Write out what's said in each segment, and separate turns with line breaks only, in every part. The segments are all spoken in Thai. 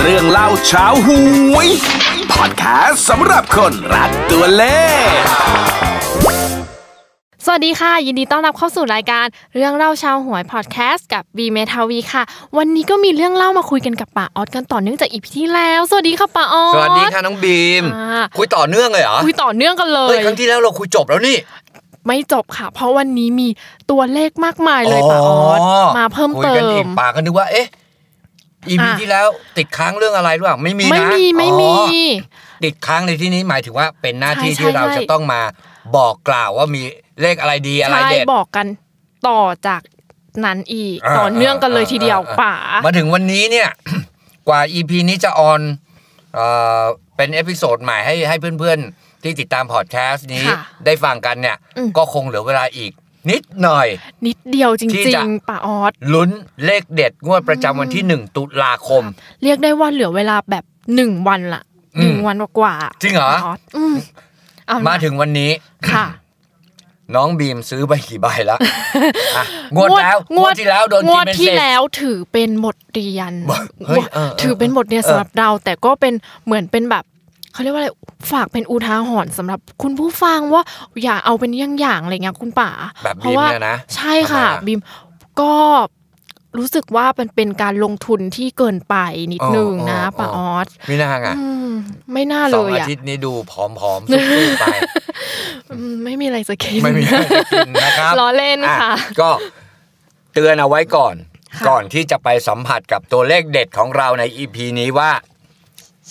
เรื่องเล่าเช้าหวยพอดแคสต์สำหรับคนรักตัวเลข
สวัสดีค่ะ ยินดีต้อนรับเข้าสู่รายการเรื่องเล่าชาวหวยพอดแคสต์กับบีเมทาวีค่ะ วันนี้ก็มีเรื่องเล่ามาคุยกันกับป่าออสกันต่อเนื่องจากอีพีที่แล้ว สวัสดีค่ะป่าออส
สวัสดีค่ะน้องบีม
อ่า
คุยต่อเนื่องเลยเหรอ
คุยต่อเนื่องกันเล
เฮ้
ย
ยครั้งที่แล้วเราคุยจบแล้วนี่
ไม่จบค่ะ เพราะวันนี้มีตัวเลขมากมายเลยป่าออสมาเพิ่ม
คุย
เติ
กันอี
ม
กปากก็นึกว่า เอ๊ะ อีพี
อ่ะ
ที่แล้วติดค้างเรื่องอะไรหรือเปล่าไม่มีนะ
ไม่มีไม่มี
อ๋อติดค้างในที่นี้หมายถึงว่าเป็นหน้าที่
ใช่ใช่
ที่เรา
ใช่
จะต้องมาบอกกล่าวว่ามีเลขอะไรดีอะไร
ใช่
เด็ด
บอกกันต่อจากนั้นอีก
อ่า
ต่อเนื่องกันเลยทีเดียว
อ่าอ่า
ป่า
มาถึงวันนี้เนี่ย กว่าอีพีนี้จะออนเอ่อเป็นเอพิโซดใหม่ให้ให้เพื่อนๆ ที่ติดตามพอดแคสต์นี้
ค่ะ
ได้ฟังกันเนี่ย
อืม
ก็คงเหลือเวลาอีก นิดหน่อย
นิดเดียวจ
ที่
ริ
จะ
งๆป่าออส
ลุ้นเลขเด็ดงวดประจำวันที่ 1 ตุลาคม
เรียกได้ว่าเหลือเวลาแบบหนึ่งวันละห
อืม
นึ่งวันกว่าๆ
จริงเหรอ
สอืมเอนะ
มาถึงวันนี้
ค่ะ
น้องบีมซื้อไปกี่ใบละอ่ะงวดแล้ว ง
ง
ว
ว
ด
ด
ที่แล้วโด
ง
นกิน
วด
เป็น
ที่
เศษ
แล้วถือเป็นบทเรียน
บอกเฮ้ยเออเออ
ถือเป็นบทเรียน
เออ
สำหรับเรา แต่ก็เป็นเหมือนเป็นแบบเขาเรียกว่าอะไรฝากเป็นอุทาหรณ์สำหรับคุณผู้ฟังว่าอย่าเอาเป็นเย่างอย่างอะไรเงี้ยคุณป่า
แบบ
เพ
บี
ราะ
ม
ว่า
เนี่ยนะ
ใช่ค่ะ
ทำไมอะ
บีมก็รู้สึกว่ามันเป็นการลงทุนที่เกินไปนิด
อ๋อ
นึงนะ
อ๋อ
ป่าออส
ไม่น่าไง
อืมไม่น่า
ส
เล
อง
ย
อา
อ่ะ
ทิตย์นี้ดูผอมๆสู้ ๆไป
อืมไม่มีอะไรจะกิน
ไม่มีอะไรจะกินนะครับ
ล้อเล่นค่ะ
อ่ก็เตือนเอาไว้ก่อน
ค่ะ
ก่อนที่จะไปสัมผัสกับตัวเลขเด็ดของเราใน EP นี้ว่า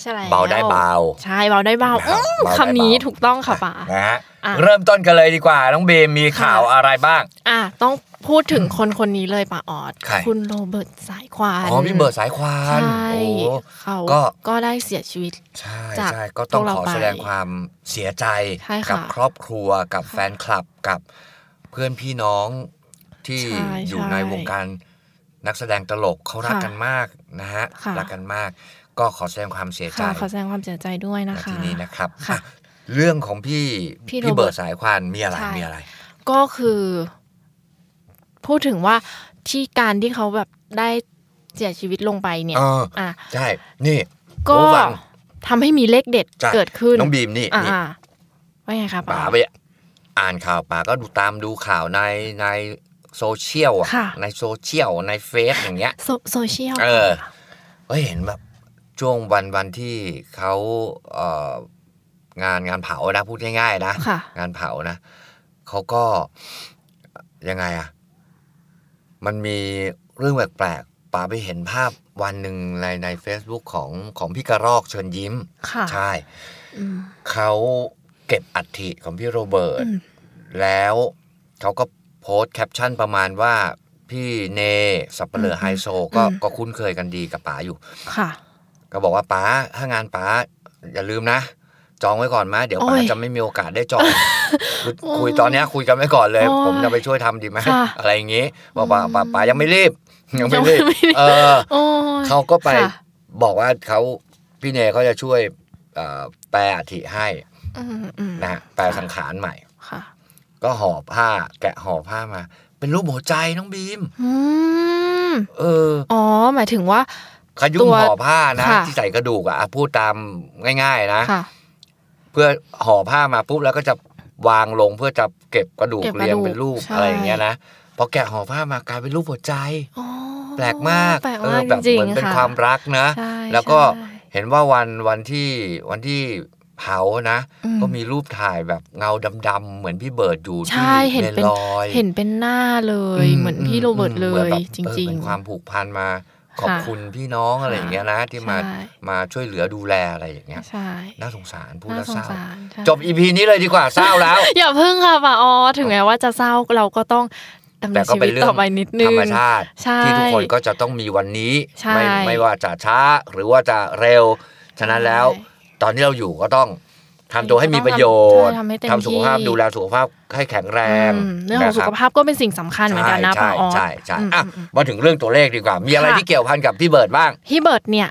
ใช่แล้ว
เบาได้เบา
ใช่เบาได้เบา
นะครั
อื
บ
ม
เบาได้เบา
คำนี้ถูกต้องค่ะป่า
นะฮะ
อ่ะ
เริ่มต้นกันเลยดีกว่า น้องบีมมีข่าว
ค่ะ
อะไรบ้าง
อ่ะต้องพูดถึงคนคนนี้เลยป่าออด
ใคร
คุณโรเบิร์ตสายควาน
อ๋อพี่เบิร์ดสายควา
ใช
น
่
โอ้
เขา
ก็
ก็ได้เสียชีวิต
ใช่
จาก
ใช่ก็ต้อ
พว
ง
กเรา
ขอแสดงความเสียใจ
ใช่ค่ะ
กัครอบครัวกับแฟนคลับกับเพื่อนพี่น้องที่
ใช่
อยู่
ใช่
ในวงการนักแสดงตลกเขารัก
ค่ะ
กันมากนะฮะ
ค่ะ
รักกันมาก ก็ขอแสดงความเสียใจ
ค่ะขอแสดงความเสียใจด้วย
ณ
นะคะ
ที่นี้นะครับ
ค่ะ
อ่ะเรื่องของพี่
พี่
พี่
โรเบิ
เบิ
ร์
ร์
ต
ดสายควานมีอะไร
ใช่
มีอะไร
ก็คือ พูดถึงว่าที่การที่เขาแบบได้เสียชีวิตลงไปเนี่ย
เออ
อ่ะ
ใช่นี่
ก็
โอ้ฟัง
ทำให้มีเลขเด็ด
ใช่
เกิดขึ้น
น้องบีมนี่
อ่า
นี่
ว่าไงคะป่าอ
ป๋า
อด
ไปอ่านข่าวป๋าก็ดูตามดูข่าวในในโซเชียลอะ
ค่ะ
ในโซเชียลในเฟซอย่างเงี้ย
โซโซเชียล
เออก็เห็นแบบช่วงวันวันที่เขาเอ่องานงานเผานะพูดง่ายๆนะ
ค่ะ
งานเผานะเขาก็ยังไงอะมันมีเรื่องแปลกๆป๋าไปเห็นภาพวันหนึ่งในใน Facebook ของของพี่กระรอกเชิญยิ้ม
ค่ะ
ใช่
อืม
เขาเก็บอัฐิของพี่โรเบิร์ต
อืม
แล้วเขาก็โพสต์แคปชั่นประมาณว่าพี่เนสับเปลือไฮโซก็ก็คุ้นเคยกันดีกับป๋าอยู่
ค่ะ
ก็บอกว่าป๋าถ้างานป๋าอย่าลืมนะ จองไว้ก่อนมาเดี๋ยวป๋า
โอ้ย
จะไม่มีโอกาสได้จอง คือ
โอ้
คุยตอนเนี้ยคุยกันไว้ก่อนเลย
โอ้ย
ผมจะไปช่วยทำดีไหม
ค่ะ
อะไรอย่างงี้ บอกว่าป๋าป๋ายังไม่รีบยังไม่
ยังไม่
รีบ
รีบ
เออ
โอ้ย
เขาก็ไป
ค่ะ
บอกว่าเขาพี่เนเขาจะช่วยเอ่อแปลอัฐิให้
อืมอืม
นะฮะแปลสังขารใหม่
ค่ะ
ก็ห่อผ้าแกะห่อผ้ามา เป็นรูปหัวใจน้องบีม
อืม
เออ
อ๋อ หมายถึงว่า
ขยุ่
ตั
ม
ว
ห่อผ้านะ
ค่ะ
ที่ใส่กระดูกอะอ่ะพูดตามง่ายๆนะ
ค่ะ
เพื่อห่อผ้ามาปุ๊บแล้วก็จะวางลงเพื่อจะเก็บกระดูก
เก็บกระ
เรียง
ดูก
เป็นรูป
ใช่
อะไรอย่างเงี้ยนะพอแกะห่อผ้ามากลายเป็นรูปหัวใจ
อ๋อ
แปลกมาก
แปลก
เอ
มา
อกแบบ
จริง
เหมือน
ๆ
เป็น
ค่ะ
ความรักนะ
ใช่
แล้วก็
ใช่
เห็นว่าวันวันที่วันที่เผานะ
อืม
ก็มีรูปถ่ายแบบเงาดำๆเหมือนพี่เบิร์ดอยู่ที่
ใช่เห็น
เมน
เป็น
ลอย
เห็นเป็นหน้าเลย เหมือนพี่โรเบิร์ตเล
หมือน
ย
แบบ
จริง
เออเป็นความผูกพันมา ขอบ
ค่ะ
คุณพี่น้องอะไรอย่างเงี้ยนะ ที่มา
ใช่
มาช่วยเหลือดูแลอะไรอย่างเงี้ย
ใช่
น่าสงสารพูด
น่า
แล้ว
สง
เศร้า
สารใช่
จบอีพีนี้เลยดีกว่าเศร้า แล้ว
อย่าพึ่งค่ะป่าออถึงแม้ว่าจะเศร้าเราก็ต้องดำเนิ
แต่
น
ก็
ชี
เป็
วิต
นเรื่อ
ต่อง ไปนิดนึ
ธรง รมชาติ
ใช่
ที่ทุกคนก็จะต้องมีวันนี้
ใช่
ไม่ไม่ว่าจะช้าหรือว่าจะเร็ว ฉะนั้นแล้ว
ใช่
ตอนที่เราอยู่ก็ต้องทำตัวให้มีประโยชน์
ใช่ทำให้เต็ม
ทำสุขภาพ
ที่
ดูแลสุขภาพให้แข็งแร
อื
ง
มเรื่องของสุ
นะค
ข
บ
ภาพก็เป็นสิ่งสำคัญเหมือนกันนะป่าออ
ใช่ใช่ใช่อ่ะมาถึงเรื่องตัวเลขดีกว่า มีอะไรที่เกี่ยวพันกับพี่เบิร์ดบ้าง
พี่เบิร์ดเนี่ย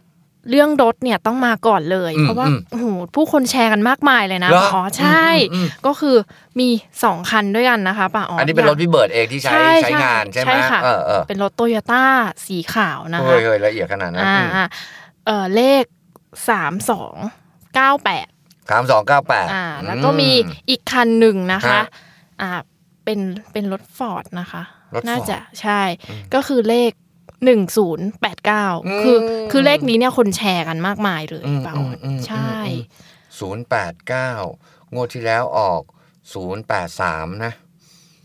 เรื่องรถเนี่ยต้องมาก่อนเลย
อืม
เพราะว่า
อืม
โอ้โหผู้คนแชร์กันมากมายเลยนะ
เหรอ
ป่าอ๋อใช่
อืมอืมอืม
ก็คือมีสองคันด้วยกันนะคะป่าอ๋อ
อั
อั
นนี้เป็นรถพี่เบิร์ดเองที่ใช้ใช้งานใช่ไหม
ใช่ค่ะ
เออเออ
เป็นรถโตโยต้าสีขาวนะคะ
เฮ้ยเฮ้ยละเอียดขนาดนั้น
อ่า
อืม
อ่า เออเลขสามสองเก้าแปด
สามสองเก้าแปด
อ่า แล้วก็มีอีกคันหนึ่งนะคะ
ฮะ
อ่าเป็นเป็นรถฟอร์ดนะคะ
รถ Ford
น่าจะใช่ ก็คือเลขหนึ่งศูนย์แปดเก้าคือคือเลขนี้เนี่ยคนแชร์กันมากมายเลยเปล่าใช่
ศูนย์แปดเก้างวดที่แล้วออกศูนย์แปดสามนะ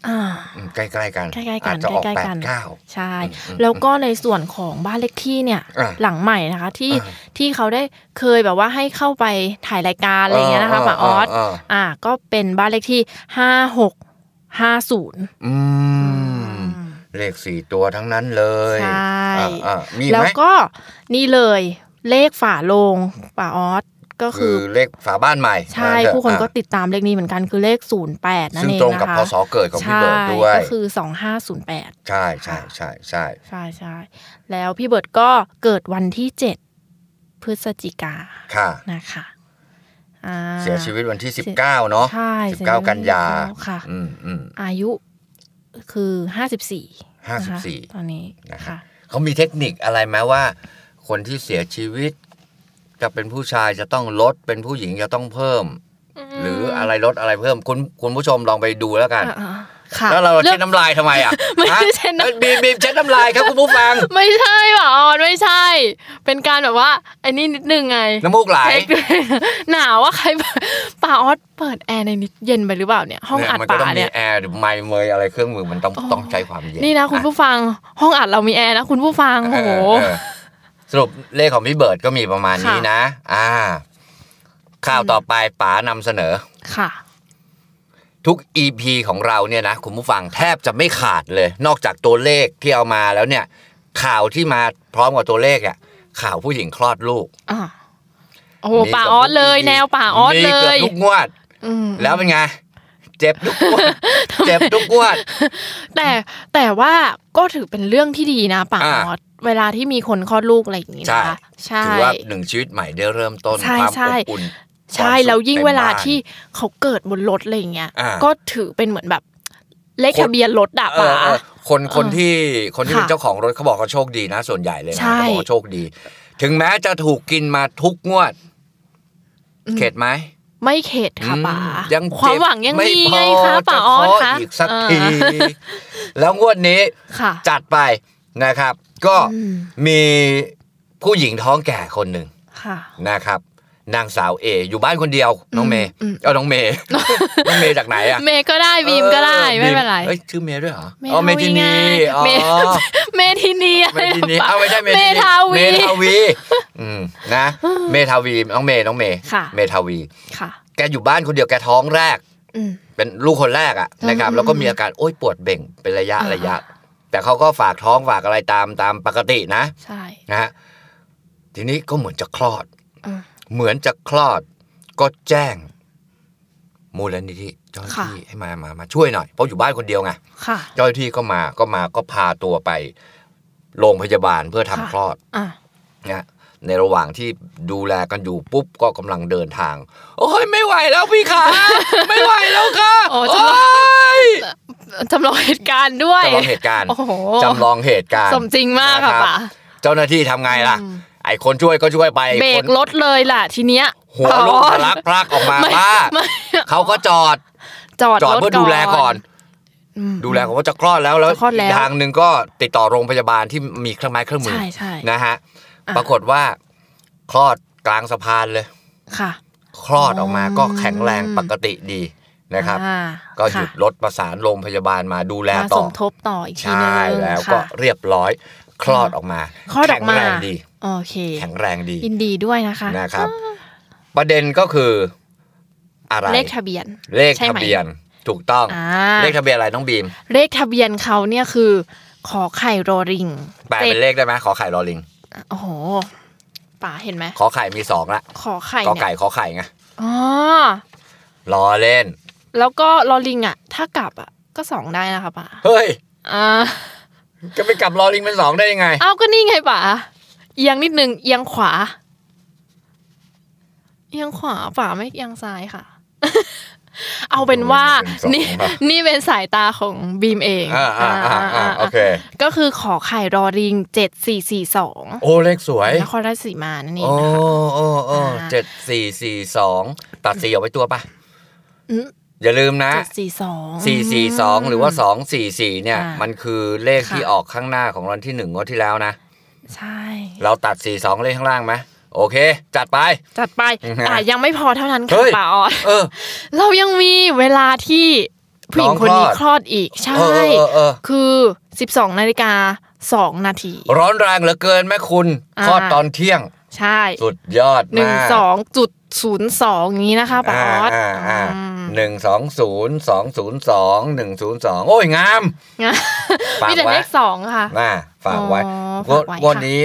อ่า
อืมใกล้ๆกัน
ใกล้ๆกัน
อาจจะออก
ใกล้
แป
ๆกั
ด
น
เก้า
ใช่
อืม
แล้วก็ในส่วนของบ้านเลขที่เนี่ย
อ่ะ
หลังใหม่นะคะ ที่
อ่ะ
ที่เขาได้เคยแบบว่าให้เข้าไปถ่ายรายการอะไรอย่างเงี้ยนะคะป้าออสอ่า ก็เป็นบ้านเลขที่ห้าหกห้าศูนย์
อืมเลขสี่ตัวทั้งนั้นเลย
ใช่
อ่ะอ่ะมี
แล้ว
ไหม
ก็นี่เลยเลขฝาโลงป่าออสก็คื
คือ
อ
เลขฝาบ้านใหม่
ใช่
เออ
ผู้คน
อ่ะ
ก็ติดตามเลขนี้เหมือนกันคือเลข 08 นั่น
ซึ่ง
เอง
ตรงกับ
นะคะ
พศเกิดของพี่
ใช่
เบิร์ดด้วย
ก็คือ 2508
ใช่ใช่ใช่ใช่
ใช่ใช่แล้วพี่เบิร์ดก็เกิดวันที่ 7 พฤศจิกา
ค่ะ
นะคะอ่า
เสียชีวิตวันที่
เสีย
19 เนาะ
ใช่เสียชีวิต
19 กันยา
แล้วค่ะ
อืมอืม
อายุคือ 54
ห้าสิบสี่
นะคะตอนนี้
นะครั
ค่ะ
บ เขามีเทคนิคอะไรไหมว่า คนที่เสียชีวิต จะเป็นผู้ชายจะต้องลดเป็นผู้หญิงจะต้องเพิ่ม หรืออะไรลดอะไรเพิ่ม คุณคุณผู้ชมลองไปดูแล้วกัน
อ่าค่ะ
แล้วเรา
เรื่อ
เช็ด
ง
น้ำลายทำไมอ่ะ
ไม่ได้
ฮะ
เช็ดน้ำ
อ้ยบีมบีมเช็ดน้ำลายครับคุณผู้ฟั ง
ไม่ใช่ป่ะออนไม่ใช่ เป็นการแบบว่าไอ้นี่นิดนึงไง
น้ำมูกไหล
เช็คด้วย หนาวว่าใคร เปิดป่าออสเปิดแอร์ในนิดเย็นไปหรือเปล่าเนี่ย ห้องอัด
มัก็
ป่า
ต้องมี
เนี่ย
แอร์หรือไมค์เมยอะไรเครื่องมือมันต้องต้องใช้ความเย็น
นี่นะคุณผู้ฟังห้องอัดเรามีแอร์นะคุณผู้ฟัง
เอ
โอ้
อ
โห
เออสรุปเลขของพี่เบิร์ดก็มีประมาณนี้
ค่ะ
นะ อ่า ข่าวต่อไปป๋านำเสนอ
ค่ะ
ทุก EP ของเราเนี่ยนะคุณผู้ฟังแทบจะไม่ขาดเลย นอกจากตัวเลขที่เอามาแล้วเนี่ย ข่าวที่มาพร้อมกับตัวเลขอ่ะข่าวผู้หญิงคลอดลูก
อ่ะโอ้โห
มี
ป่า
กืบ
ออส
ทุก
เลย
EP
แนวป่าออส
มี
เล
กืบ
ย
ทุกงวด
อืม
แล้วเป็นไง เจ็บทุกงวด เจ็บทุกงวด
แต่แต่ว่าก็ถือเป็นเรื่องที่ดีนะป่า
อ่ะ
ออสเวลาที่มีคนคลอดลูกอะไรอย่างนี้
ใช่
นะคะใช่
ถือว่าหนึ่งชีวิตใหม่ได้เริ่มต้น
ใช่
ความ
ใช่
อบอุ่น
ใช่
คามสุข
แล้วยิ่ง
ต็ม
เวลา
บ้น
ที่เขาเกิดบนรถอะไรอย่างเงี้ย
อ่า
ก็ถือเป็นเหมือนแบบ เลข
คน
ทะเบียนรถอะ
เอ
ป๋า
อเออคนคน
เออ
ที่คนที่
ค่ะ
เป็นเจ้าของรถเขาบอกเขาโชคดีนะ ส่วนใหญ่เลยนะ
ใช่
เขาบอกว่าโชคดี ถึงแม้จะถูกกินมาทุกงวด เข็ดไหม
ไม่เข็ดค่ะ
อืม
ป๋ายั
ยังเจ็บ
ความหวังยัง
ม่
มี
พ
ไงคะป๋า
จ
ออส
ข
คะ
อีกสักที
อ่า
แล้วงวดนี้
ค่ะ
จัดไปนะครับ ก็
อืม
มีผู้หญิงท้องแก่คนหนึ่ง
ค่ะ
นะครับ นางสาวเอ อยู่บ้านคนเดียว น้องเมย์
อืม
เอาน้องเม ย์ น้องเมย์จากไหนอะ
เมย์ก็ได้บีมก็ได้
ออ
ไม่เป็นไร
เอ้ยชื่อเมย์ด้วยเหรอ
เม
อ๋อเม
ทาวี
ทินีอ๋อ
ไงเม เมทินีอะไร
เมทินี
ป๋า
เอาไม่ใช่เม
เม
ทินี
ทาวี
เมทาวี อืมนะ เมทาวีน้องเมย์น้องเมย์
ค่ะ
เมทาวี
ค่ะ
แกอยู่บ้านคนเดียวแกท้องแรก
อืม
เป็นลูกคนแรกอะ
อืม
นะครับ แล้วก็มีอาการโอ้ยปวดเบ่งเป็นระยะ
อ่า
ระยะ แต่เขาก็ฝากท้องฝากอะไรตามตามปกตินะ
ใช่
นะฮะทีนี้ก็เหมือนจะคลอด
อืม
เหมือนจะคลอด ก็แจ้ง มูลนิธิเจ้าหน้า
ค่ะ
ที่ให้มามามาช่วยหน่อยเพราะอยู่บ้านคนเดียวไง
ค่ะ
เจ้าหน้าที่ก็มาก็มาก็พาตัวไปโรงพยาบาลเพื่อทำ
ค่ะ
คลอด
อ่ะ
นะในระหว่างที่ดูแลกันอยู่ปุ๊บก็กำลังเดินทาง โอ้ยไม่ไหวแล้วพี่ ขา ไม่ไหวแล้วค่ะ
โอ้ย
โอ้ย
จำลองเหตุการณ์ด้วย
จำลองเหตุการณ์
โอ้โห
จำลองเหตุการณ์
สมจริงมากค่ะ
นรับ
ป๋า
เจ้าหน้าที่ทำไงล่ะ
อืม
ไอ้คนช่วยก็ช่วยไป
เบร
ค
ก
น
รถเลยล่ะทีเนี้ย
หัวลูก
ป๋าออส
ทะลักพรากออกมา
ไม่
ป้า
ไม่
เขาก็จอด
จอด
จอ
ร
ด
ถ
เพื่อดูแลก่อน
อืม
ดูแลเขาว่าจะคลอดแล้วแล้ว
จะคลอดแล้ว
กทางหนึ่งก็ติดต่อโรงพยาบาลที่มีเครื่องไม้เครื่องมือ
ใช่ใช่
นะฮะ
อ่ะ
ปรากฏว่าคลอดกลางสะพานเลย
ค่ะ
คลอดออกมา
อ๋อ
ก็แข็งแรงปกติดีนะครับ
อ่า
ก็หยุด
ค่ะ
รถประสานโรงพยาบาลมาดูแล
มา
ต่
ส
อ
มทบต่ออีก
ใช
ทีนึง่
แล้วก็
ค่ะ
เรียบร้อย คลอดออกมา
คลอดออกมา
แข็งแรงดี
โอเค
แข็งแรงดี
ยินดีด้วยนะคะ
นะครับ ประเด็นก็คืออะไร
เลขทะเบียน
เลข
ใช่ไหม
ทะเบียนถูกต้อง
อ่า
เลขทะเบียนอะไรน้องบีม
เลขทะเบียนเขาเนี่ยคือ ขอไข่รอริง
แปลเป็นเลขได้ไหมขอไข่รอลิง
โอ้โหป๋าเห็นไหม
ขอไข่มีสองละ
ขอไข่
กอ
เนี่
ไก่
ย
ขอไข่ไง
อ๋อ
รอเล่น
แล้วก็รอลิงอ่ะ ถ้ากลับอ่ะก็สองได้นะคะป๋า
เฮ้ย
อ่า
จะไปกลับรอลิงเป็นสองได้ยังไง
เอาก็นี่ไงป๋าเอียงนิดนึงเอียงขวาเอียงขวาป๋าไม่เอียงซ้ายค่ะ เอาเป็นว่า
เป็นสอง
นี่
ว่ะ
นี่เป็นสายตาของบีมเอง
อ่าอ่าอ่าอ่าโอเค
ก็คือขอไข่รอริง 7442
โอ้เลขสวย
นครราชสีมานั่นเอง
โอ้
นะคะ
โอ้โอ้
อ่า
เจ็ดสี่สี่สองตัดสี่ออกไปตัวปะ
อืม
อย่าลืมนะ
742
สี่สี่สองหรือว่าสองสี่สี่เนี่ย
อ่ามั
มันคือเลขที่
ค่ะ
ออกข้างหน้าของรางวัลที่หนึ่งงวดที่แล้วนะ
ใช่
เราตัดสี่สองเลขข้างล่างไหมโอเค จัดไป
จัดไปอ่ะยังไม่พอเท่านั้น
เฮ้
ค่ะ
ย
ป่าออด
เออ
เรายังมีเวลาที่ผู้หญิงคนนี้
น้อง
ค
ค
ล
ล
อ
อ
ด
ด
อีกใช่
เออเออเออเออ
คือ 12นาฬิกา2นาที
ร้อนแรงเหลือเกินแม่คุณ
อ่า
คลอดตอนเที่ยง
ใช่
สุดยอด
หนึ่ง
มาก
สองจุดศูนย์สองนี้นะคะป้าออส
าาา
อืม
หนึ่งสองศูนย์สองศูนย์สองหนึ่งศูนย์สองโอ้ยงาม
งั้น
ฝาก
มีแต่
ไว้
เลขสองค่ะ
น่าฝากไว้
อ๋อง
วด
ฝากไว้
งวดนี้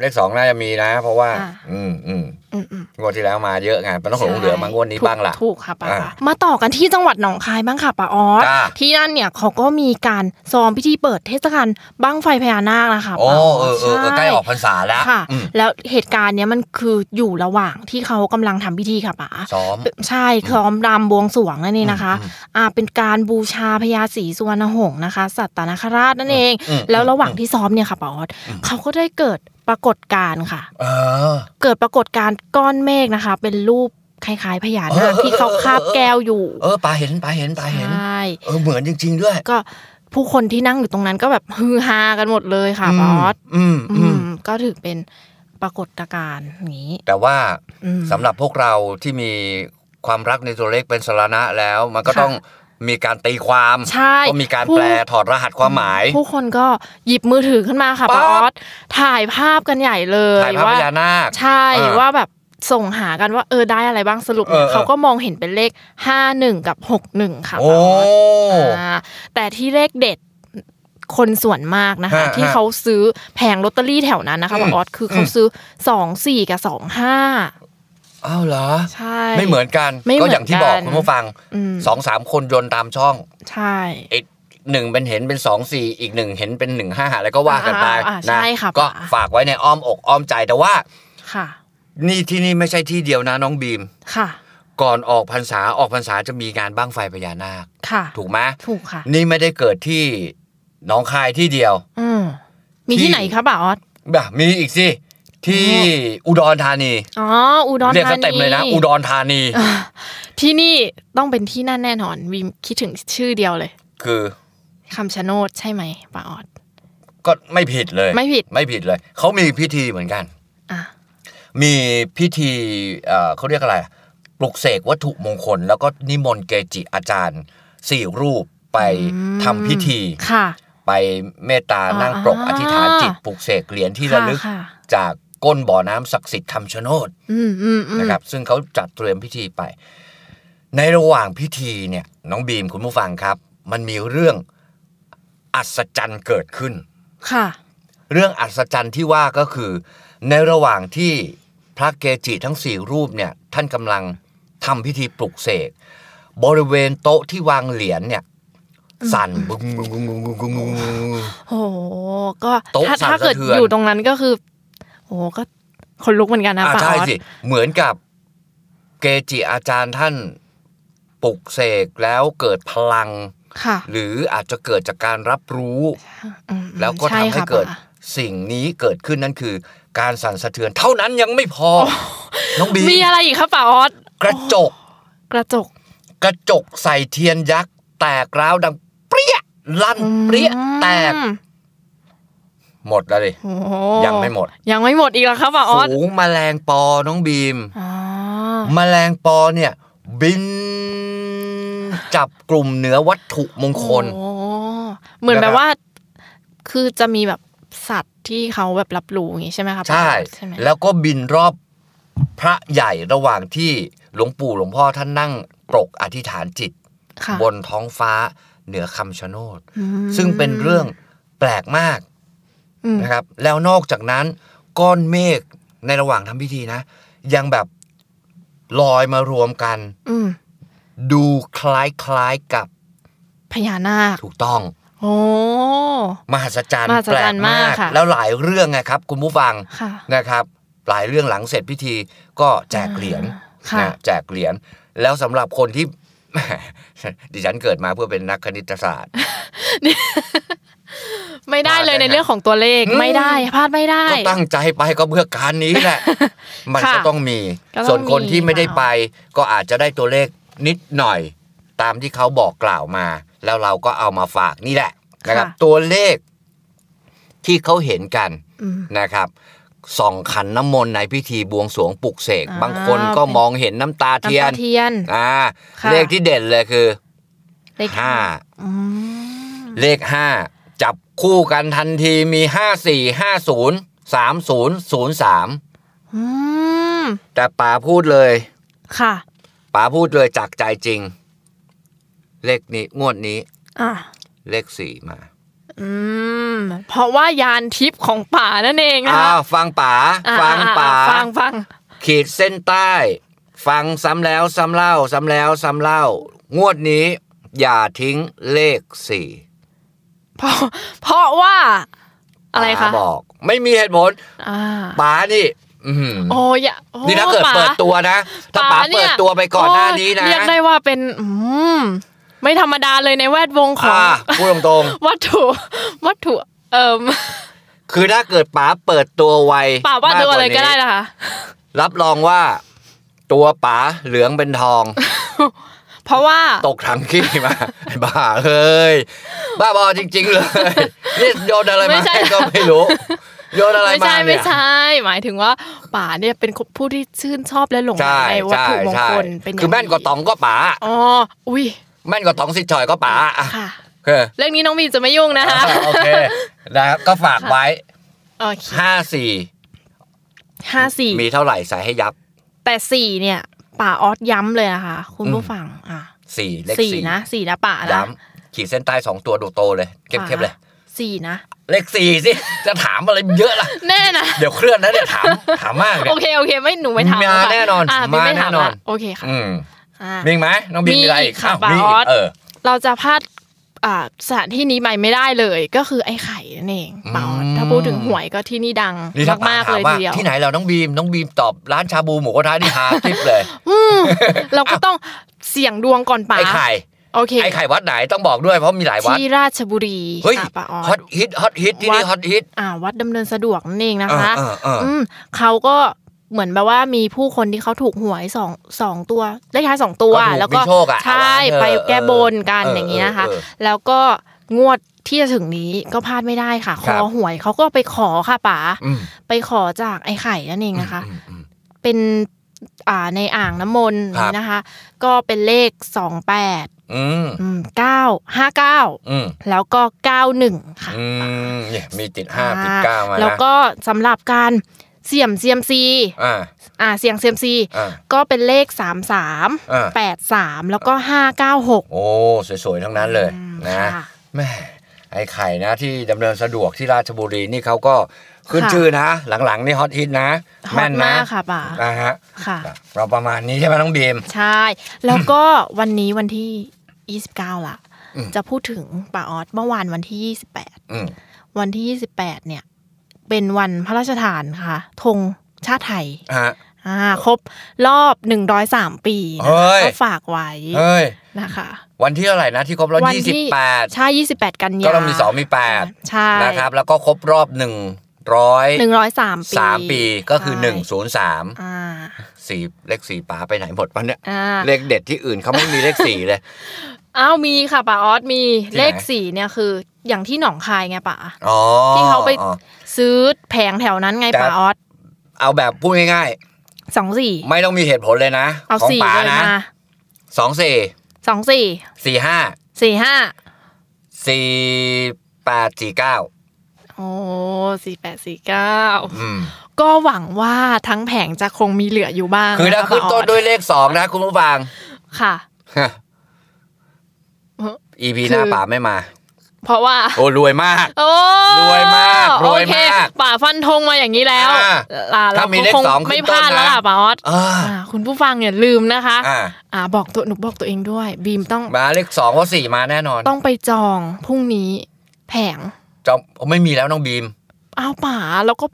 เลขสองน่าจะมีนะ เพราะว่า
อ่า
อืมอืม
อืมอืม
งวดที่แล้วมาเยอะไงมันต้องหลงเหลือมางวดนี้
ถูก
บ้างล่ะ
ถูกค่ะป้า
อ่า
มาต่อกันที่จังหวัดหนองคายบ้างค่ะป้าออส
จ้า
ที่นั่นเนี่ยเขาก็มีการซ้อมพิธีเปิดเทศกาลบั้งไฟพญานาคนะคะ
โอ้
ป้าออส
เออเออเออ
ช่
ใกล้ออกพรรษาแล้ว
ค่ะ
อืม
แล้วเหตุการณ์เนี้ยมันคืออยู่ระหว่างที่เขากำลังทำพิธีค่ะป๋า
ซ้อม
ใช่ซ้อมรำบวงสรวงนั่นเองนะคะ
อืม
อ่าเป็นการบูชาพญาศรีสุวรรณหงษ์นะคะ สัตตนคราชนั่นเอง
อืม
แล้วระหว่างที่ซ้อมเนี่ยค่ะป๋าออสเขาก็ได้เกิดปรากฏการณ์ค่ะ
เออ
เกิดปรากฏการณ์ก้อนเมฆนะคะ เป็นรูปคล้ายๆพญานาค
เออ
ที่เขาคาบแก้วอยู่
เออปลาเห็นปลาเห็นปลาเห็น
ใช่
เออเหมือนจริง ๆ ด้วย
ก็ผู้คนที่นั่งอยู่ตรงนั้นก็แบบฮือฮากันหมดเลยค่ะป๋าออส
อืม
อื
อืม
มก็ถือเป็นปรากฏการณ์อย่างนี้
แต่ว่า
อืม
สำหรับพวกเราที่มีความรักในตัวเลขเป็นสรณะแล้ว มันก็
ค่ะ
ต้องมีการตีความ
ใช่
ต้องมีการ
ผู้
แปลถอดรหัสความหมาย
ผู้คนก็หยิบมือถือขึ้นมาค่ะ
ปั๊
ป้า
บ
ออสถ่ายภาพกันใหญ่เลย
ถ่ายภาพพ
ว่า
ญานาค
ใช่
เออ
ว่าแบบส่งหากันว่าเออได้อะไรบ้างสรุปเนี่ย
เออเออ
เขาก็มองเห็นเป็นเลข 51 กับ 61 ค่ะ
โอ้
ป้าออสอ่าแต่ที่เลขเด็ดคนส่วนมากนะคะ
ฮะฮะ
ที่เขาซื้อแผงลอตเตอรี่แถวนั้นนะคะ
อืม
ป้าออสคืออ
ม
เขาซื้อ 24 กับ 25
อ้าวเหรอ
ใช่
ไม่เหมือนกัน
ไม่เหมือ
ก็
น
อย่างที่บอก
กัน
คุณผู้ฟัง
อืม
สองสามคนโยนตามช่อง
ใช่
อีกหนึ่งเป็นเห็นเป็นสองสี่อีกหนึ่งเห็นเป็นหนึ่งห้าอะไรก็ว่ากันไป
อ่า
นะ
ใช่ค่ะ
ก็
ป้า
ฝากไว้ในอ้อมอกอ้อมใจแต่ว่า
ค่ะ
นี่ที่นี่ไม่ใช่ที่เดียวนะน้องบีม
ค่ะ
ก่อนออกพรรษาออกพรรษาจะมีงานบ้างไฟพญานาค
ค่ะ
ถูกไหม
ถูกค่ะ
นี่ไม่ได้เกิดที่หนองคายที่เดียว
อืมมี
ที่
ที่ไหนคะบ่าออส
บ่ะมีอีกสิ ที่อุดรธานี
อ๋อ อุดร
เรียก
ธา
ส
นี
เต็มเลยนะ อุดรธานี
ที่นี่ต้องเป็นที่นั่นแน่นอนวีมคิดถึงชื่อเดียวเลย
คือ
คำชะโนดใช่ไหมป่าออด
ก็ไม่ผิดเลย
ไม่ผิด
ไม่ผิดเลย เขามีพิธีเหมือนกัน
อ่ะ
มีพิธีเอ่อเขาเรียกอะไรอะปลุกเสกวัตถุมงคล แล้วก็นิมนต์เกจิอาจารย์สี่รูปไป
อืม
ทำพิธี
ค่ะ
ไปเมตตานั่งปรก
อ่า
อธิษฐานจิตปลุกเสกเหรียญที่ระลึก
ค่ค่ะ
จากก้นบ่อน้ำศักดิ์สิทธิ์คำชะโนด
อืมอืมอืม
นะครับ ซึ่งเขาจัดเตรียมพิธีไป ในระหว่างพิธีเนี่ย น้องบีมคุณผู้ฟังครับ มันมีเรื่องอัศจรรย์เกิดขึ้น
ค่ะ
เรื่องอัศจรรย์ที่ว่าก็คือ ในระหว่างที่พระเกจิทั้งสี่รูปเนี่ย ท่านกำลังทำพิธีปลุกเสกบริเวณโต๊ะที่วางเหรียญเนี่ย สั่นบึ้งบึ้งบึ้งบึ้งบึ้งบึ้งบึ้งบึ้ง
โห ก็
โต๊ะ
ถ้า
สั่น
ถ้าเกิด
สะเทือน
อยู่ตรงนั้นก็คือ โห ก็คนลุกเหมือนกันนะ
อ่า
ป่า
ใช่
ออด
สิเหมือนกับเกจิอาจารย์ท่านปลุกเสกแล้วเกิดพลัง
ค่ะ
หรืออาจจะเกิดจากการรับรู้
อืม
แล้วก็
ช่
ทำให้
ค่ะ
เกิด
ป่า
สิ่งนี้เกิดขึ้นนั่นคือ การสั่นสะเทือน เท่านั้นยังไม่พอ น้องบี
มีอะไรอีกคะป่าออด
กระจก
กระจก
กระจกใส่เทียนยักษ์ แตกร้าวดังเปรี้ยลั่นเปรี้ยแตก หมดแล้วดิ
โอ้โห
ยังไม่หมด
ยังไม่หมดอีกแล้วครับป่าออส
ฝูงแมลงปอน้องบีม
อ๋อ
มแมลงปอเนี่ย บินจับกลุ่มเหนือวัตถุมงคล
โอ้เหมือนแบ
นะครับบ
ว่า คือจะมีแบบสัตว์ที่เขาแบบรับรู้อย่างนี้ใช่ไหมครับ
ใช่
ใช่ไหม
แล้วก็บินรอบพระใหญ่ระหว่างที่หลวงปู่หลวงพ่อท่านนั่งปรกอธิษฐานจิต
ค่ะ
บนท้องฟ้าเหนือคำชะโนด
อืม
ซึ่งเป็นเรื่องแปลกมาก
อืม
นะครับ แล้วนอกจากนั้น ก้อนเมฆในระหว่างทำพิธีนะ ยังแบบลอยมารวมกัน
อืม
ดูคล้ายๆกับ
พญานาค
ถูกต้อง
โอ้
มหัศจรรย์
มหัศ
แปล
จร
ก
รย์
มาม
าก
ก
ค่ะ
แล้วหลายเรื่องไงครับ คุณผู้ฟัง
ค่ะ
นะครับ หลายเรื่องหลังเสร็จพิธีก็แจกเหรียญ
ค่ะ
นะแจกเหรียญแล้วสำหรับคนที่แหม แหมดิฉันเกิดมาเพื่อเป็นนักคณิตศาสตร์
ไม่ได้เลยในเรื่องของตัวเลข
อืม
ไม่ได้พลาดไม่ได้
ก็ตั้งใจไปก็เพื่อการนี้แหละ มัน
ค่ะ
ก็ต้องมี
ก็ต้อง
ส่วนคน
มี
ที่ไม่ได้
ค่ะ
ไป ก็อาจจะได้ตัวเลขนิดหน่อย ตามที่เขาบอกกล่าวมา แล้วเราก็เอามาฝากนี่แหละนะครับ ตัวเลขที่เขาเห็นกัน
อืม
นะครับส่องขันน้ำมนต์ในพิธีบวงสรวงปลุกเสก
อ่า
บางคนก็มองเห็นน้ำตาเทีย
น้ำ
น
ตาเทียน
อ่า
ค่ะ
เลขที่เด่นเลยคือ
เลข
ห้า
อืม
เลขห้าจับคู่กันทันทีมีห้าสี่ห้าศูนย์สามศูนย์ศูนย์สาม
อืม
แต่ป๋าพูดเลย
ค่ะ
ป๋าพูดเลยจากใจจริง เลขนี้งวดนี้
อ่ะ
เลขสี่มา
อืมเพราะว่ายานทิพย์ของป่านั่นเองนะ
อ้า
คะ
วฟังป๋า
อ่ะ
ฟัง
อ่ะ
ป๋า
อ่ะฟังฟัง
ขีดเส้นใต้ ฟังซ้ำแล้วซ้ำเล่าซ้ำแล้วซ้ำเล่า งวดนี้ อย่าทิ้งเลขสี่
เพราะเพราะว่า อะไร
ป๋า
คะ
บอก ไม่มีเหตุผล
อ่า
ป๋านี่ อื้อหือ
โอ้ยโอ้
นี่ถ้าเกิด
ป๋
เปิดตัวนะถ้าป๋าเปิด
นี่ย
ตัวไปก่อนหน้านี้นะ
โอ้ยเรียกได้ว่าเป็นอืมไม่ธรรมดาเลยในแวดวงของ
อ่าพูดตรง
วัตถุวัตถุเอ่ม
ๆ คือถ้าเกิดป๋าเปิดตัวไว
ป่าว่าดูอะไร
ม
ก็ได้นะคะ
รับรองว่า ตัวป๋าเหลืองเป็นทอง
เพราะว่า
ตกถังขี้มา ไอ้บ้าเอ้ยบ้าบอจริง ๆ เลย นี่โยนอะไรมาให้ก็ไม่ รู้ โยนอะไร
ไม่
มา
ใช่
เนี่
ไม่
ย
ใช่ หมายถึงว่าป่าเนี่ยเป็นผู้ที่ชื่นชอบและหลงใหล
ใช่
ในวัต
ใช่
ถุมง
ใช่
คลเป็นย่าง
คือแม่นกว่าตองก็ป๋า
อ๋ออุ้ย
แม่นกว่าตองสิทธิ์จอยก็ป๋า อ่ะ
ค่ะ
โอเค
เรื่องนี้น้องบีจะไม่ยุ่งนะคะ
อ่ะโอเคนะครับก็ฝากไว้
โอเค
ห้าสี่
ห้าสี่
มีเท่าไหร่ใส่ให้ยับ
แต่สี่เนี่ย ป่าออสย้ำเลยนะคะ คุณผู้ฟังอ่ะ
สี่เลข
สี่
สี่
นะสี่นะป่านะ
ย้ำขีดเส้นใต้สองตัวดูโตเลยเข้มๆเลย
สี่นะ
เลขสี่สิ จะถามอะไรเยอะล่ะ
แน่นะ
เดี๋ยวเคลื่อนนะเนี่ยถาม ถามมากเนี่ย
โอเคโอเคไม่หนูไม่ถามล้วค่ะ
มาแน่นอน
อ่ะพี่ไถ
มาแน่นอน
ละโอเคค่ะ
อืม
อ่ะ
มีอีกไหมน้องบี
มี
มีอะไรอีก
ค่ะ
อ้าว
ปา
มี
อ
อี
อส
กเออ
เราจะพลาดอ่าสถานที่นี้ไปไม่ได้เลย ก็คือไอ้ไข่นั่นเองปาออดถ้าพูดถึงหวยก็ที่นี่ดัง
นี่ถ้าป๋าม
ากๆ
ถา
เล
ม
ย
ว่า
ทีเดียว
ที่ไหนเราน้องบีมน้องบีมตอบร้านชาบูหมูกระทะนี่หา คลิปเลย
อืมเราก็ต้องเสี่ยงดวงก่อนป่า
ไอ้ไข่
โอเค
ไอ้ไข่วัดไหนต้องบอกด้วยเพราะมีหลายวัด
ที่ราชบุรี
เฮ้ย
ค่ะปาออ
ฮอ
ด
ตฮิตฮอตฮิตที่นี่
วัด
ฮอตฮิต
อ่าวัดดำเนินสะดวกนั่นเองนะคะ
เออเออเอออื
มเขาก็เหมือนแบบว่ามีผู้คนที่เขาถูกหวยสองสองตัวได้ท้ายสองตัว
ก็ถู
แล้ว
มี
ก็
โชคอ่ะ
ใช่
เอา
ไป
ว้เถอะ
แก้บนกันอย่างนี้
เเ
นะคะ
เออ
แล้วก็งวดที่จะถึงนี้ก็พลาดไม่ได้ค่ะ ค
ครั
อบ หวยเขาก็ไปขอค่ะป๋า
อืม
ไปขอจากไอ้ไข่นั่นเองนะคะ
อืมอืม
เป็นอ่าในอ่างน้ำมนต์
ครับ
นะคะ ก็เป็นเลข 28
อืม
อืม9
อืม
59 แล้วก็ 91 ค่ะ
อืมเนี่ยมีติดห้าติดเก้ามานะ
แล้วก็สำหรับการเสี่ยมเซียมซี
อ่า
อ่าเสี่ยงเซียมซี
อ่า
ก็เป็นเลข 33
อ่า
83 แล้วก็ 596
โอ้สวยๆทั้งนั้นเลย
อืม
นะ
ค่
แม่ไอ้ไข่นะที่ดำเนินสะดวกที่ราชบุรีนี่เขาก็ขึ้น
ค่ะ
ชื่อนะ หลังๆนี่ฮอตฮิตนะ
ฮอ
แม่
ต
น
มา
นะ
กค่ะป๋า
อ่าฮะ
ค่ะ
เราประมาณนี้ใช่ไหมน้องบีม
ใช่ แล้วก็วันนี้วันที่ 29 ละ
อืม
จะพูดถึงป่าออสเมื่อวานวันที่
อืม
28 วันที่ 28 เนี่ย เป็นวันพระราชทานค่ะธงชาติไทย
ฮะ
อ่าครบรอบ 103 ปีนะ
เฮ้
คะ
ย
ก็ฝากไว้
เฮ้ย
นะคะ
วันที่เท่าไหร่นะที่ครบรอบ
วั
ยี่สิบ
ที่
แปด
ใช่ 28 กันยา
ก็ต้องมีสองมีแปด
ใช่
นะครับ แล้วก็ครบรอบหนึ่งร้อย
103 ปี
สามปีก็คือ
ใช่
หนึ่งศูนย์สาม
อ่า
สี่เลขสี่ป๋าไปไหนหมดวะเนี่ย
อ่า
เลขเด็ดที่อื่นเขาไม่มีเลขสี่เลย
อ้าวมีค่ะป่าออสมี
ที่
เลข
ไหน
สี่เนี่ยคืออย่างที่หนองคายไงป่า
อ๋อ
ที่เขาไป
อ๋อ
ซื้อแผงแถวนั้นไง
แต่
ป่าออส
เอาแบบพูดง่าย
สองสี่
ๆ ไม่ต้องมีเหตุผลเลยนะ
เอา
ของ
สี่
ป๋า
เลย
นะ
มา
สองสี่
สองสี่
สี่ห้า
สี่ห้า
สี่แปดสี่เก้า
โอ้สี่แปดสี่เก้า
อืม
ก็หวังว่าทั้งแผงจะคงมีเหลืออยู่บ้าง
คือถ้า
ะะ
ขึ้นต้
ป้า
น
ออ
ด้วยเลขสองนะคุณผู้ ฟัง
ค่ะ
EP
คือ
หน้าป่าไม่มา
เพราะว่า
โอ้ รวยมาก
โอ้
รวยมากรวย
โอเค
มาก
ป่าฟันธงมาอย่างนี้แล้ว
อ่า
อ่เรา
ถ้ามีเลข
คง
สองขึ้น
ไม่พลาด
ต้นนะ
แล้วล่ะป่าออส
อ่า
อ่าคุณผู้ฟังอย่าลืมนะคะ
อ่า
อ่าบอกตัวหนูบอกตัวเองด้วย บีมต้อง
มาเลขสองเพราะสี่มาแน่นอน
ต้องไปจองพรุ่งนี้แผง
จอมไม่มีแล้วน้องบีม
อ้าวป๋าแล้วก็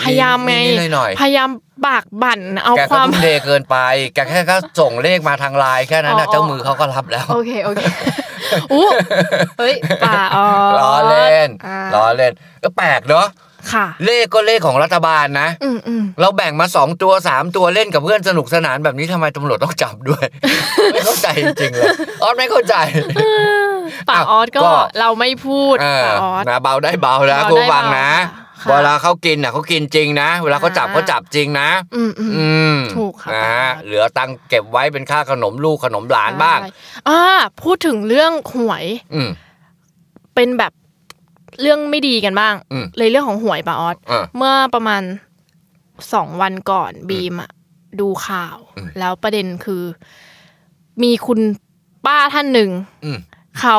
พยายามไง
นิดๆหน่อยๆ
พยายามบากบั่นเอา
แก
ค
ก็
วาม
ทุ่มเทเกินไป แกแค่ก็ส่งเลขมาทางไลน์แค่นั้นนะ
อ๋อ
เจ้ามือเขาก็รับแล้ว
โอเคโอเคอู้เฮ้ยป่าอ๋อ
ล้อเล่น
า
ล้อเล่น ก็แปลกเนาะ
ค่ะ
เลขก็เลขของรัฐบาลนะ
อืมอืม
เราแบ่งมาสองตัวสามตัวเล่นกับเพื่อนสนุกสนานแบบนี้ทำไมตำรวจต้องจับด้วย ไม่เข้าใจจริงๆเลยออสไม่เข้าใจ
ป่าออสก็
ก็
เราไม่พูด
เออ
ป่าออส
นะเบาได้เบานะ
เบาได้
คุณผู้ฟังนะ
เบาค่ะ
เวลาเขากินน่ะเขากินจริงนะ เวลาเขาจับ
อ่า
เขาจับจริงนะ
อืมอืม
อืม
ถูกค่ะ
นฮเหลือตังค์เก็บไว้เป็นค่าขนมลูกขนมหลานบ้าง
ใช่อ่าพูดถึงเรื่องหวย
อืม
เป็นแบบเรื่องไม่ดีกันบ้าง
อืม
เลยเรื่องของหวยป่าออส
เออ
เมื่อประมาณสองวันก่อนบีมอะดูข่าว
อืม
แล้วประเด็นคือ มีคุณป้าท่านหนึ่ง
อืม
เขา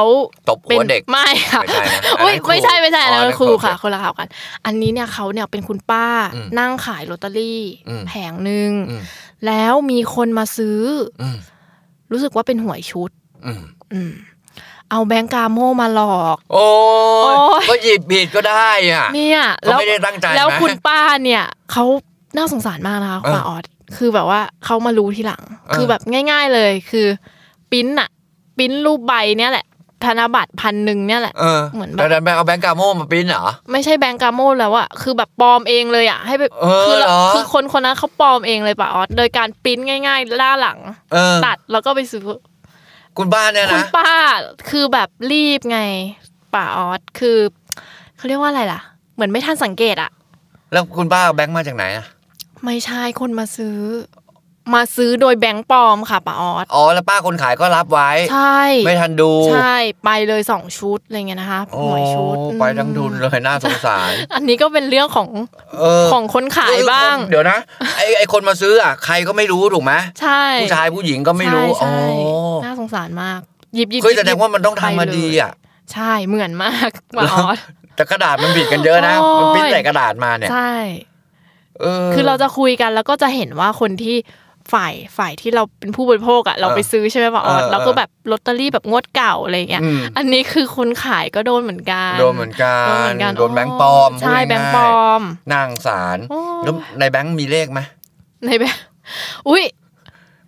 ตบหัวเด็ก
ไม่ค่ะ
ไม่ใช่นะ
อุ๊ย
อันนั้นครู
ไม่ใช่ไม่ใช่
อ๋ออันนั้
นะ
น
ครู
ครู
ค่ะคนละข่าวกัน อันนี้เนี่ยเขาเนี่ยเป็นคุณป้า
อืม
นั่งขายลอตเตอรี่
อืม
แผงหนึ่ง
อืม
แล้วมีคนมาซื้อ
อืม
รู้สึกว่าเป็นหวยชุด
อืม
อืม เอาแบงก์กาโมมาหลอก
โอ้ย
โอ้ย
ก็หยิบผิดก็ได้อ่ะ
เนี่ย
เขาไม่ได้ตั้งใจ
แล้ว
นะ
คุณป้าเนี่ยเขาน่าสงสารมากนะคะ
เออ
ป้าออดคือแบบว่าเขามารู้ทีหลัง
ออ
คือแบบง่าย ๆเลยคือปิ้นอะปิ้นรูปใบเนี่ยแหละ ธนบัตรพันหนึ่งเนี่ยแหละ
เออ
เหมือนแบบ
แต่ดันไปเอาแบงก์กาโมมาปริ้นเหรอ
ไม่ใช่แบงก์กาโมแล้วอะคือแบบปลอมเองเลยอะให้แบบ
เออ
คื
เหรอ
คือคนคนนั้นเขาปลอมเองเลยป้าออดโดยการปิ้นง่าย ๆ ล่าหลัง
เออ
ตัดแล้วก็ไปซื้อ
คุณป้าเนี่ย
คุณ
นะ
ป้าคือแบบรีบไงป่าออสคือเขาเรียกว่าอะไรล่ะ เหมือนไม่ทันสังเกตอะ
แล้วคุณป้าเอาแบงก์มาจากไหนอะ
ไม่ใช่คนมาซื้อ มาซื้อโดยแบงค์ปลอมค่ะป่าออส
อ๋อ แล้วป้าคนขายก็รับไว้
ใช่
ไม่ทันดู
ใช่ ไปเลยสองชุดอะไรเงี้ยนะคะห
โอ้
วยชุด
ไปทั้งทุน
อืม
เลยน่าสงสาร
อันนี้ก็เป็นเรื่องของ
เออ
ของคนขายบ้าง
เดี๋ยวนะ ไอไอคนมาซื้ออ่ะ ใครก็ไม่รู้ถูกไหม
ใช่
ผู้ชายผู้หญิงก็ไม่รู้
ใช่
อ๋อ
ใช่น่าสงสารมากหยิบหยิบ
เฮ้ย
หยิบ
แสดงว่ามันต้องทำมาดีอ่ะ
ใช่เหมือนมากป่าออส
แต่กระดาษมันบิดกันเยอะนะ
โอ้ย
มันปริ้นใส่กระดาษมาเนี่ย
ใช่
เออ
คือเราจะคุยกันแล้วก็จะเห็นว่าคนที่ฝ่ายฝ่ายที่เราเป็นผู้บริโภคอะเรา
เออ
ไปซื้อใช่ไหมป่ะออ
เออเออ
แล้วก็แบบลอตเตอรี่แบบงวดเก่าอะไรอย่างเงี้ย
อืม
อันนี้คือคนขายก็โดนเหมือนกัน
โดนเหมือนกั
โดน
น
เหมือนกัน
โดนแบงก์ปลอม
ใช่
พูด
แบง
ง่ายๆ
ค์ปลอม
นางสาร
โอ้
แล้วในแบงก์มีเลขไหม
ในแบงค์อุ้ย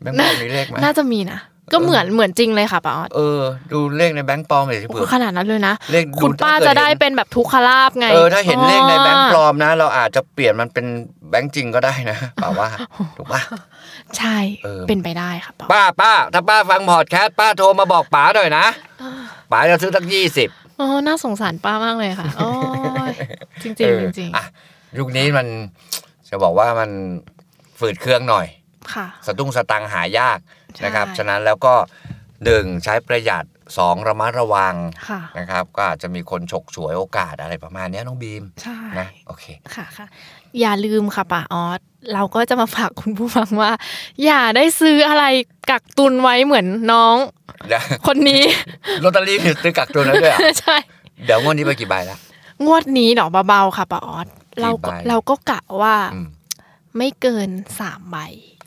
แบงก์ปลอมมีเลขไหม
น่าจะมีนะก็เหมือนเหมือนจริงเลยค่ะป้าออส
เออ ดูเลขในแบงก์ปลอมหน่อยสิ
โอ้
เผื่อ
ขนาดนั้นเลยนะ
เลขดู
คุณป้า
ถ้าเกิด
จะได้
เห็น
เป็นแบบทุกขลาบไง
เออถ้าเห็นเลขในแบงก์ปล
อ
อมนะ เราอาจจะเปลี่ยนมันเป็นแบงก์จริงก็ได้นะ ป่าว่าถูกป่ะ
ใช่
เออ
เป็นไปได้ค่ะป้าออส
ป้าป้าถ้าป้าฟังพอดแคสต์ป้าโทรมาบอกป๋าหน่อยนะ ป๋าจะซื้อตั้งยี่สิบ
อ๋อน่าสงสารป้ามากเลยค่ะโอ้ยจริงจริงจริงๆ
อ่ะยุคนี้มันจะบอกว่ามันฝืดเครื่องหน่อย
ค่ะ
สตุ้งสตังค์หายาก
ใช่
นะครับ ฉะนั้นแล้วก็หนึ่งใช้ประหยัดสองระมัดระวัง
ค่ะ
นะครับ ก็อาจจะมีคนฉกฉวยโอกาสอะไรประมาณเนี้ยน้องบีม
ใช่
นะโอเค
ค่ะค่ะ อย่าลืมค่ะป่าออสเราก็จะมาฝากคุณผู้ฟังว่า อย่าได้ซื้ออะไรกักตุนไว้เหมือนน้อง
แล้ว
คนนี้
ลอตเตอรี่ซื้อกักตัวนั้นด้วยเหรอ
ใช่
เดี๋ยวงวดนี้ไปกี่ใบละ
งวดนี้ดอกเบาๆค่ะป่าออสเราก็
กี่ใบ
เราก็กะว่า
อืม
ไม่เกินสามใบ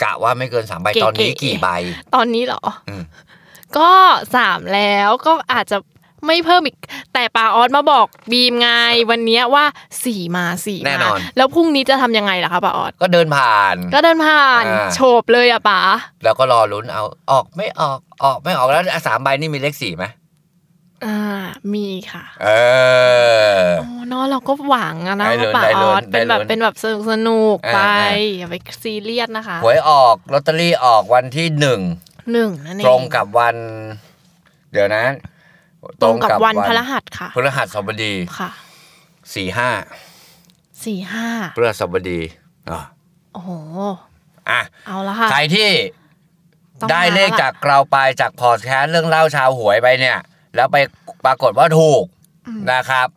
กะว่าไม่เกินสามใบ
เก๋ๆ
ตอนนี้กี่ใบ
ตอนนี้เหรออ
ม
ก็สามแล้วก็อาจจะไม่เพิ่มอีก แต่ป่าออสมาบอกบีมไงวันเนี้ยว่าสี่มาสี่
แน่น
มา
อน
แล้วพรุ่งนี้จะทำยังไงล่ะคะป่าออส
ก็เดินผ่าน
ก็เดินผ่าน
อ่า
โฉบเลยอะป่า
แล้วก็รอลุ้นเอาออกไม่ออกออกไม่ออกแล้วสามใบนี่มีเลขสี่ไหม
อ่ามีค่ะ
เออ
โอ้เนอะเราก็หวังอะนะ
ได้ลุ้
ว่าน ป่า
ได้
อ
ลุ้
อน สเป็นแบบ
ได้ลุ้น
เป็นแบบสนุกสนุกๆไป
อ่า
อย่าไปซีเรียสนะคะ
หวยออกลอตเตอรี่ออกวันที่หนึ่ง
หนึ่งนั่นเอง
ตรงกับวัน เดี๋ยวนะ
ตรงกับวันพฤหัสค่ะ
พฤหัสบดี
ค่ะ
สี่ห้า
สี่ห้า
พฤหัสบดีอ่ะ
โอ้โห
อ่ะ
เอาละค่ะ
ใครที่
ต้อง
ได้เลข
มะ
จากเราไปจากพอดแคสต์เรื่องเล่าชาวหวยไปเนี่ย แล้วไปปรากฏว่าถูก
อืม
นะครับ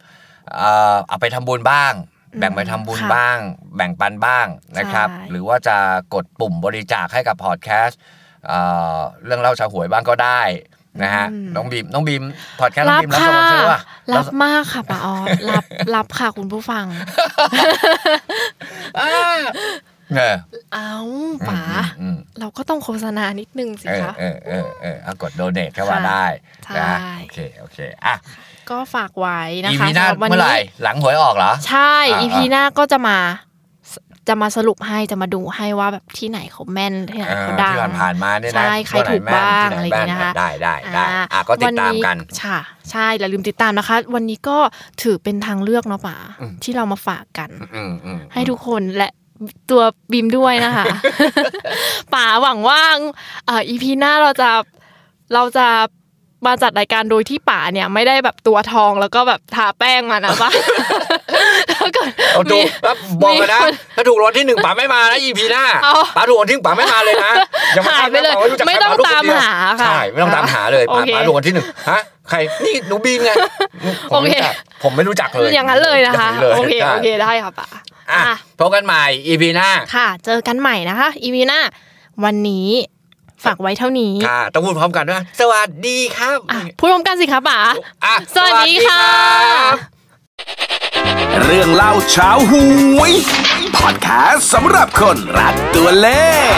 เอ่อเอาไปทำบุญบ้าง
อืม
แบ่งไปทำบุญ
ค่ะ
บ้าง แบ่งปันบ้างนะครับ
ใช่
หรือว่าจะกดปุ่มบริจาคให้กับพอดแคสต์เอ่อเรื่องเล่าชาวหวยบ้างก็ได้นะฮะน้องบีมน้องบีมพอดแคสต์น้อ
รั
ง
บ
บีมรับ
ค่ะ
สมัครใช่ป่ะ
รับ มากค่ะป่าออส รับรับค่ะคุณผู้ฟัง
อ่าเออ
เอาป่า
อืม
เราก็ต้องโฆษณานิดนึงสิ
เออ
คะ
เออเออเออเอากดโดเนทเข้ามาได้นะ
ใช่
โอเคโอเคอ่ะ
ก็ฝากไว้นะ
อี
คะ
วีหน้า
สำบวั
เมื่อไหร่หลังหวยออกเหรอ
ใช่
อ่า
อีพีหน้าก็จะมา จะมาสรุปให้จะมาดูให้ว่าแบบที่ไหนเขาแม่นที่ไหน
อ่า
เขาดัง
ที่ผ่านๆมาเนี่ยนะ
ใช่ใครถูกบ้าง
ที่หน
อะไรอ
แม่
ย่างเงี้ยนะคะ
ได้ได้ได้
อ่า
อ่ะก็ติดตามกัน
วัค่ะใช่อย่าลืมติดตามนะคะ วันนี้ก็ถือเป็นทางเลือกเนาะป่า
อืม
ที่เรามาฝากกัน
อืมอืม
ให้ทุกคนและตัวบีมด้วยนะคะ ป๋าหวังว่าเอ่อีพีหน้าเราจะเราจะมาจัดรายการโดยที่ป๋าเนี่ย ไม่ได้แบบตัวทองแล้วก็แบบทาแป้งมานะปะ แล้วก็
เอาถู
มี
กแล้วบอกกันนะ
มีคน
ถ้าถูกรางวัลที่หนึ่งป๋าไม่มานะ EP หน้า
เอา
ป๋าถูกรางวัลที่หนึ่งป๋าไม่มาเลยนะอ
หายไปเลย
คดนะป๋รู้จัก
ไม่
ใคร
ต้อง
ป๋รู้
ตาม
คนเดียว
หาค่ะ
ใช่ไม่ต้องตามหาเลย
โอ
ป๋า
เค
ป๋าถูกรางวัลที่หนึ่งฮะใครนี่หนูบีมไงผมไม่รู้จักผมไม่รู้จักเลย
อย่างนั้นเลยนะคะ
างลย
โอเค
ใช่
โอเคได้ค่ะป๋า
อ่ะ
อ่ะ
พบกันใหม่ EP หน้า
ค่ะ เจอกันใหม่นะคะ อีวีหน้า วันนี้ฝากไว้เท่านี้
ค่ะต้องพูดพร้อมกันด้วยสวัสดีครับ
อ่ะพูดพร้อมกันสิคะป๋า
อ่ะ
สวัสดีค่ะ
รับ
เรื่องเล่าเช้าหวย พอดแคสต์สำหรับคนรักตัวเลข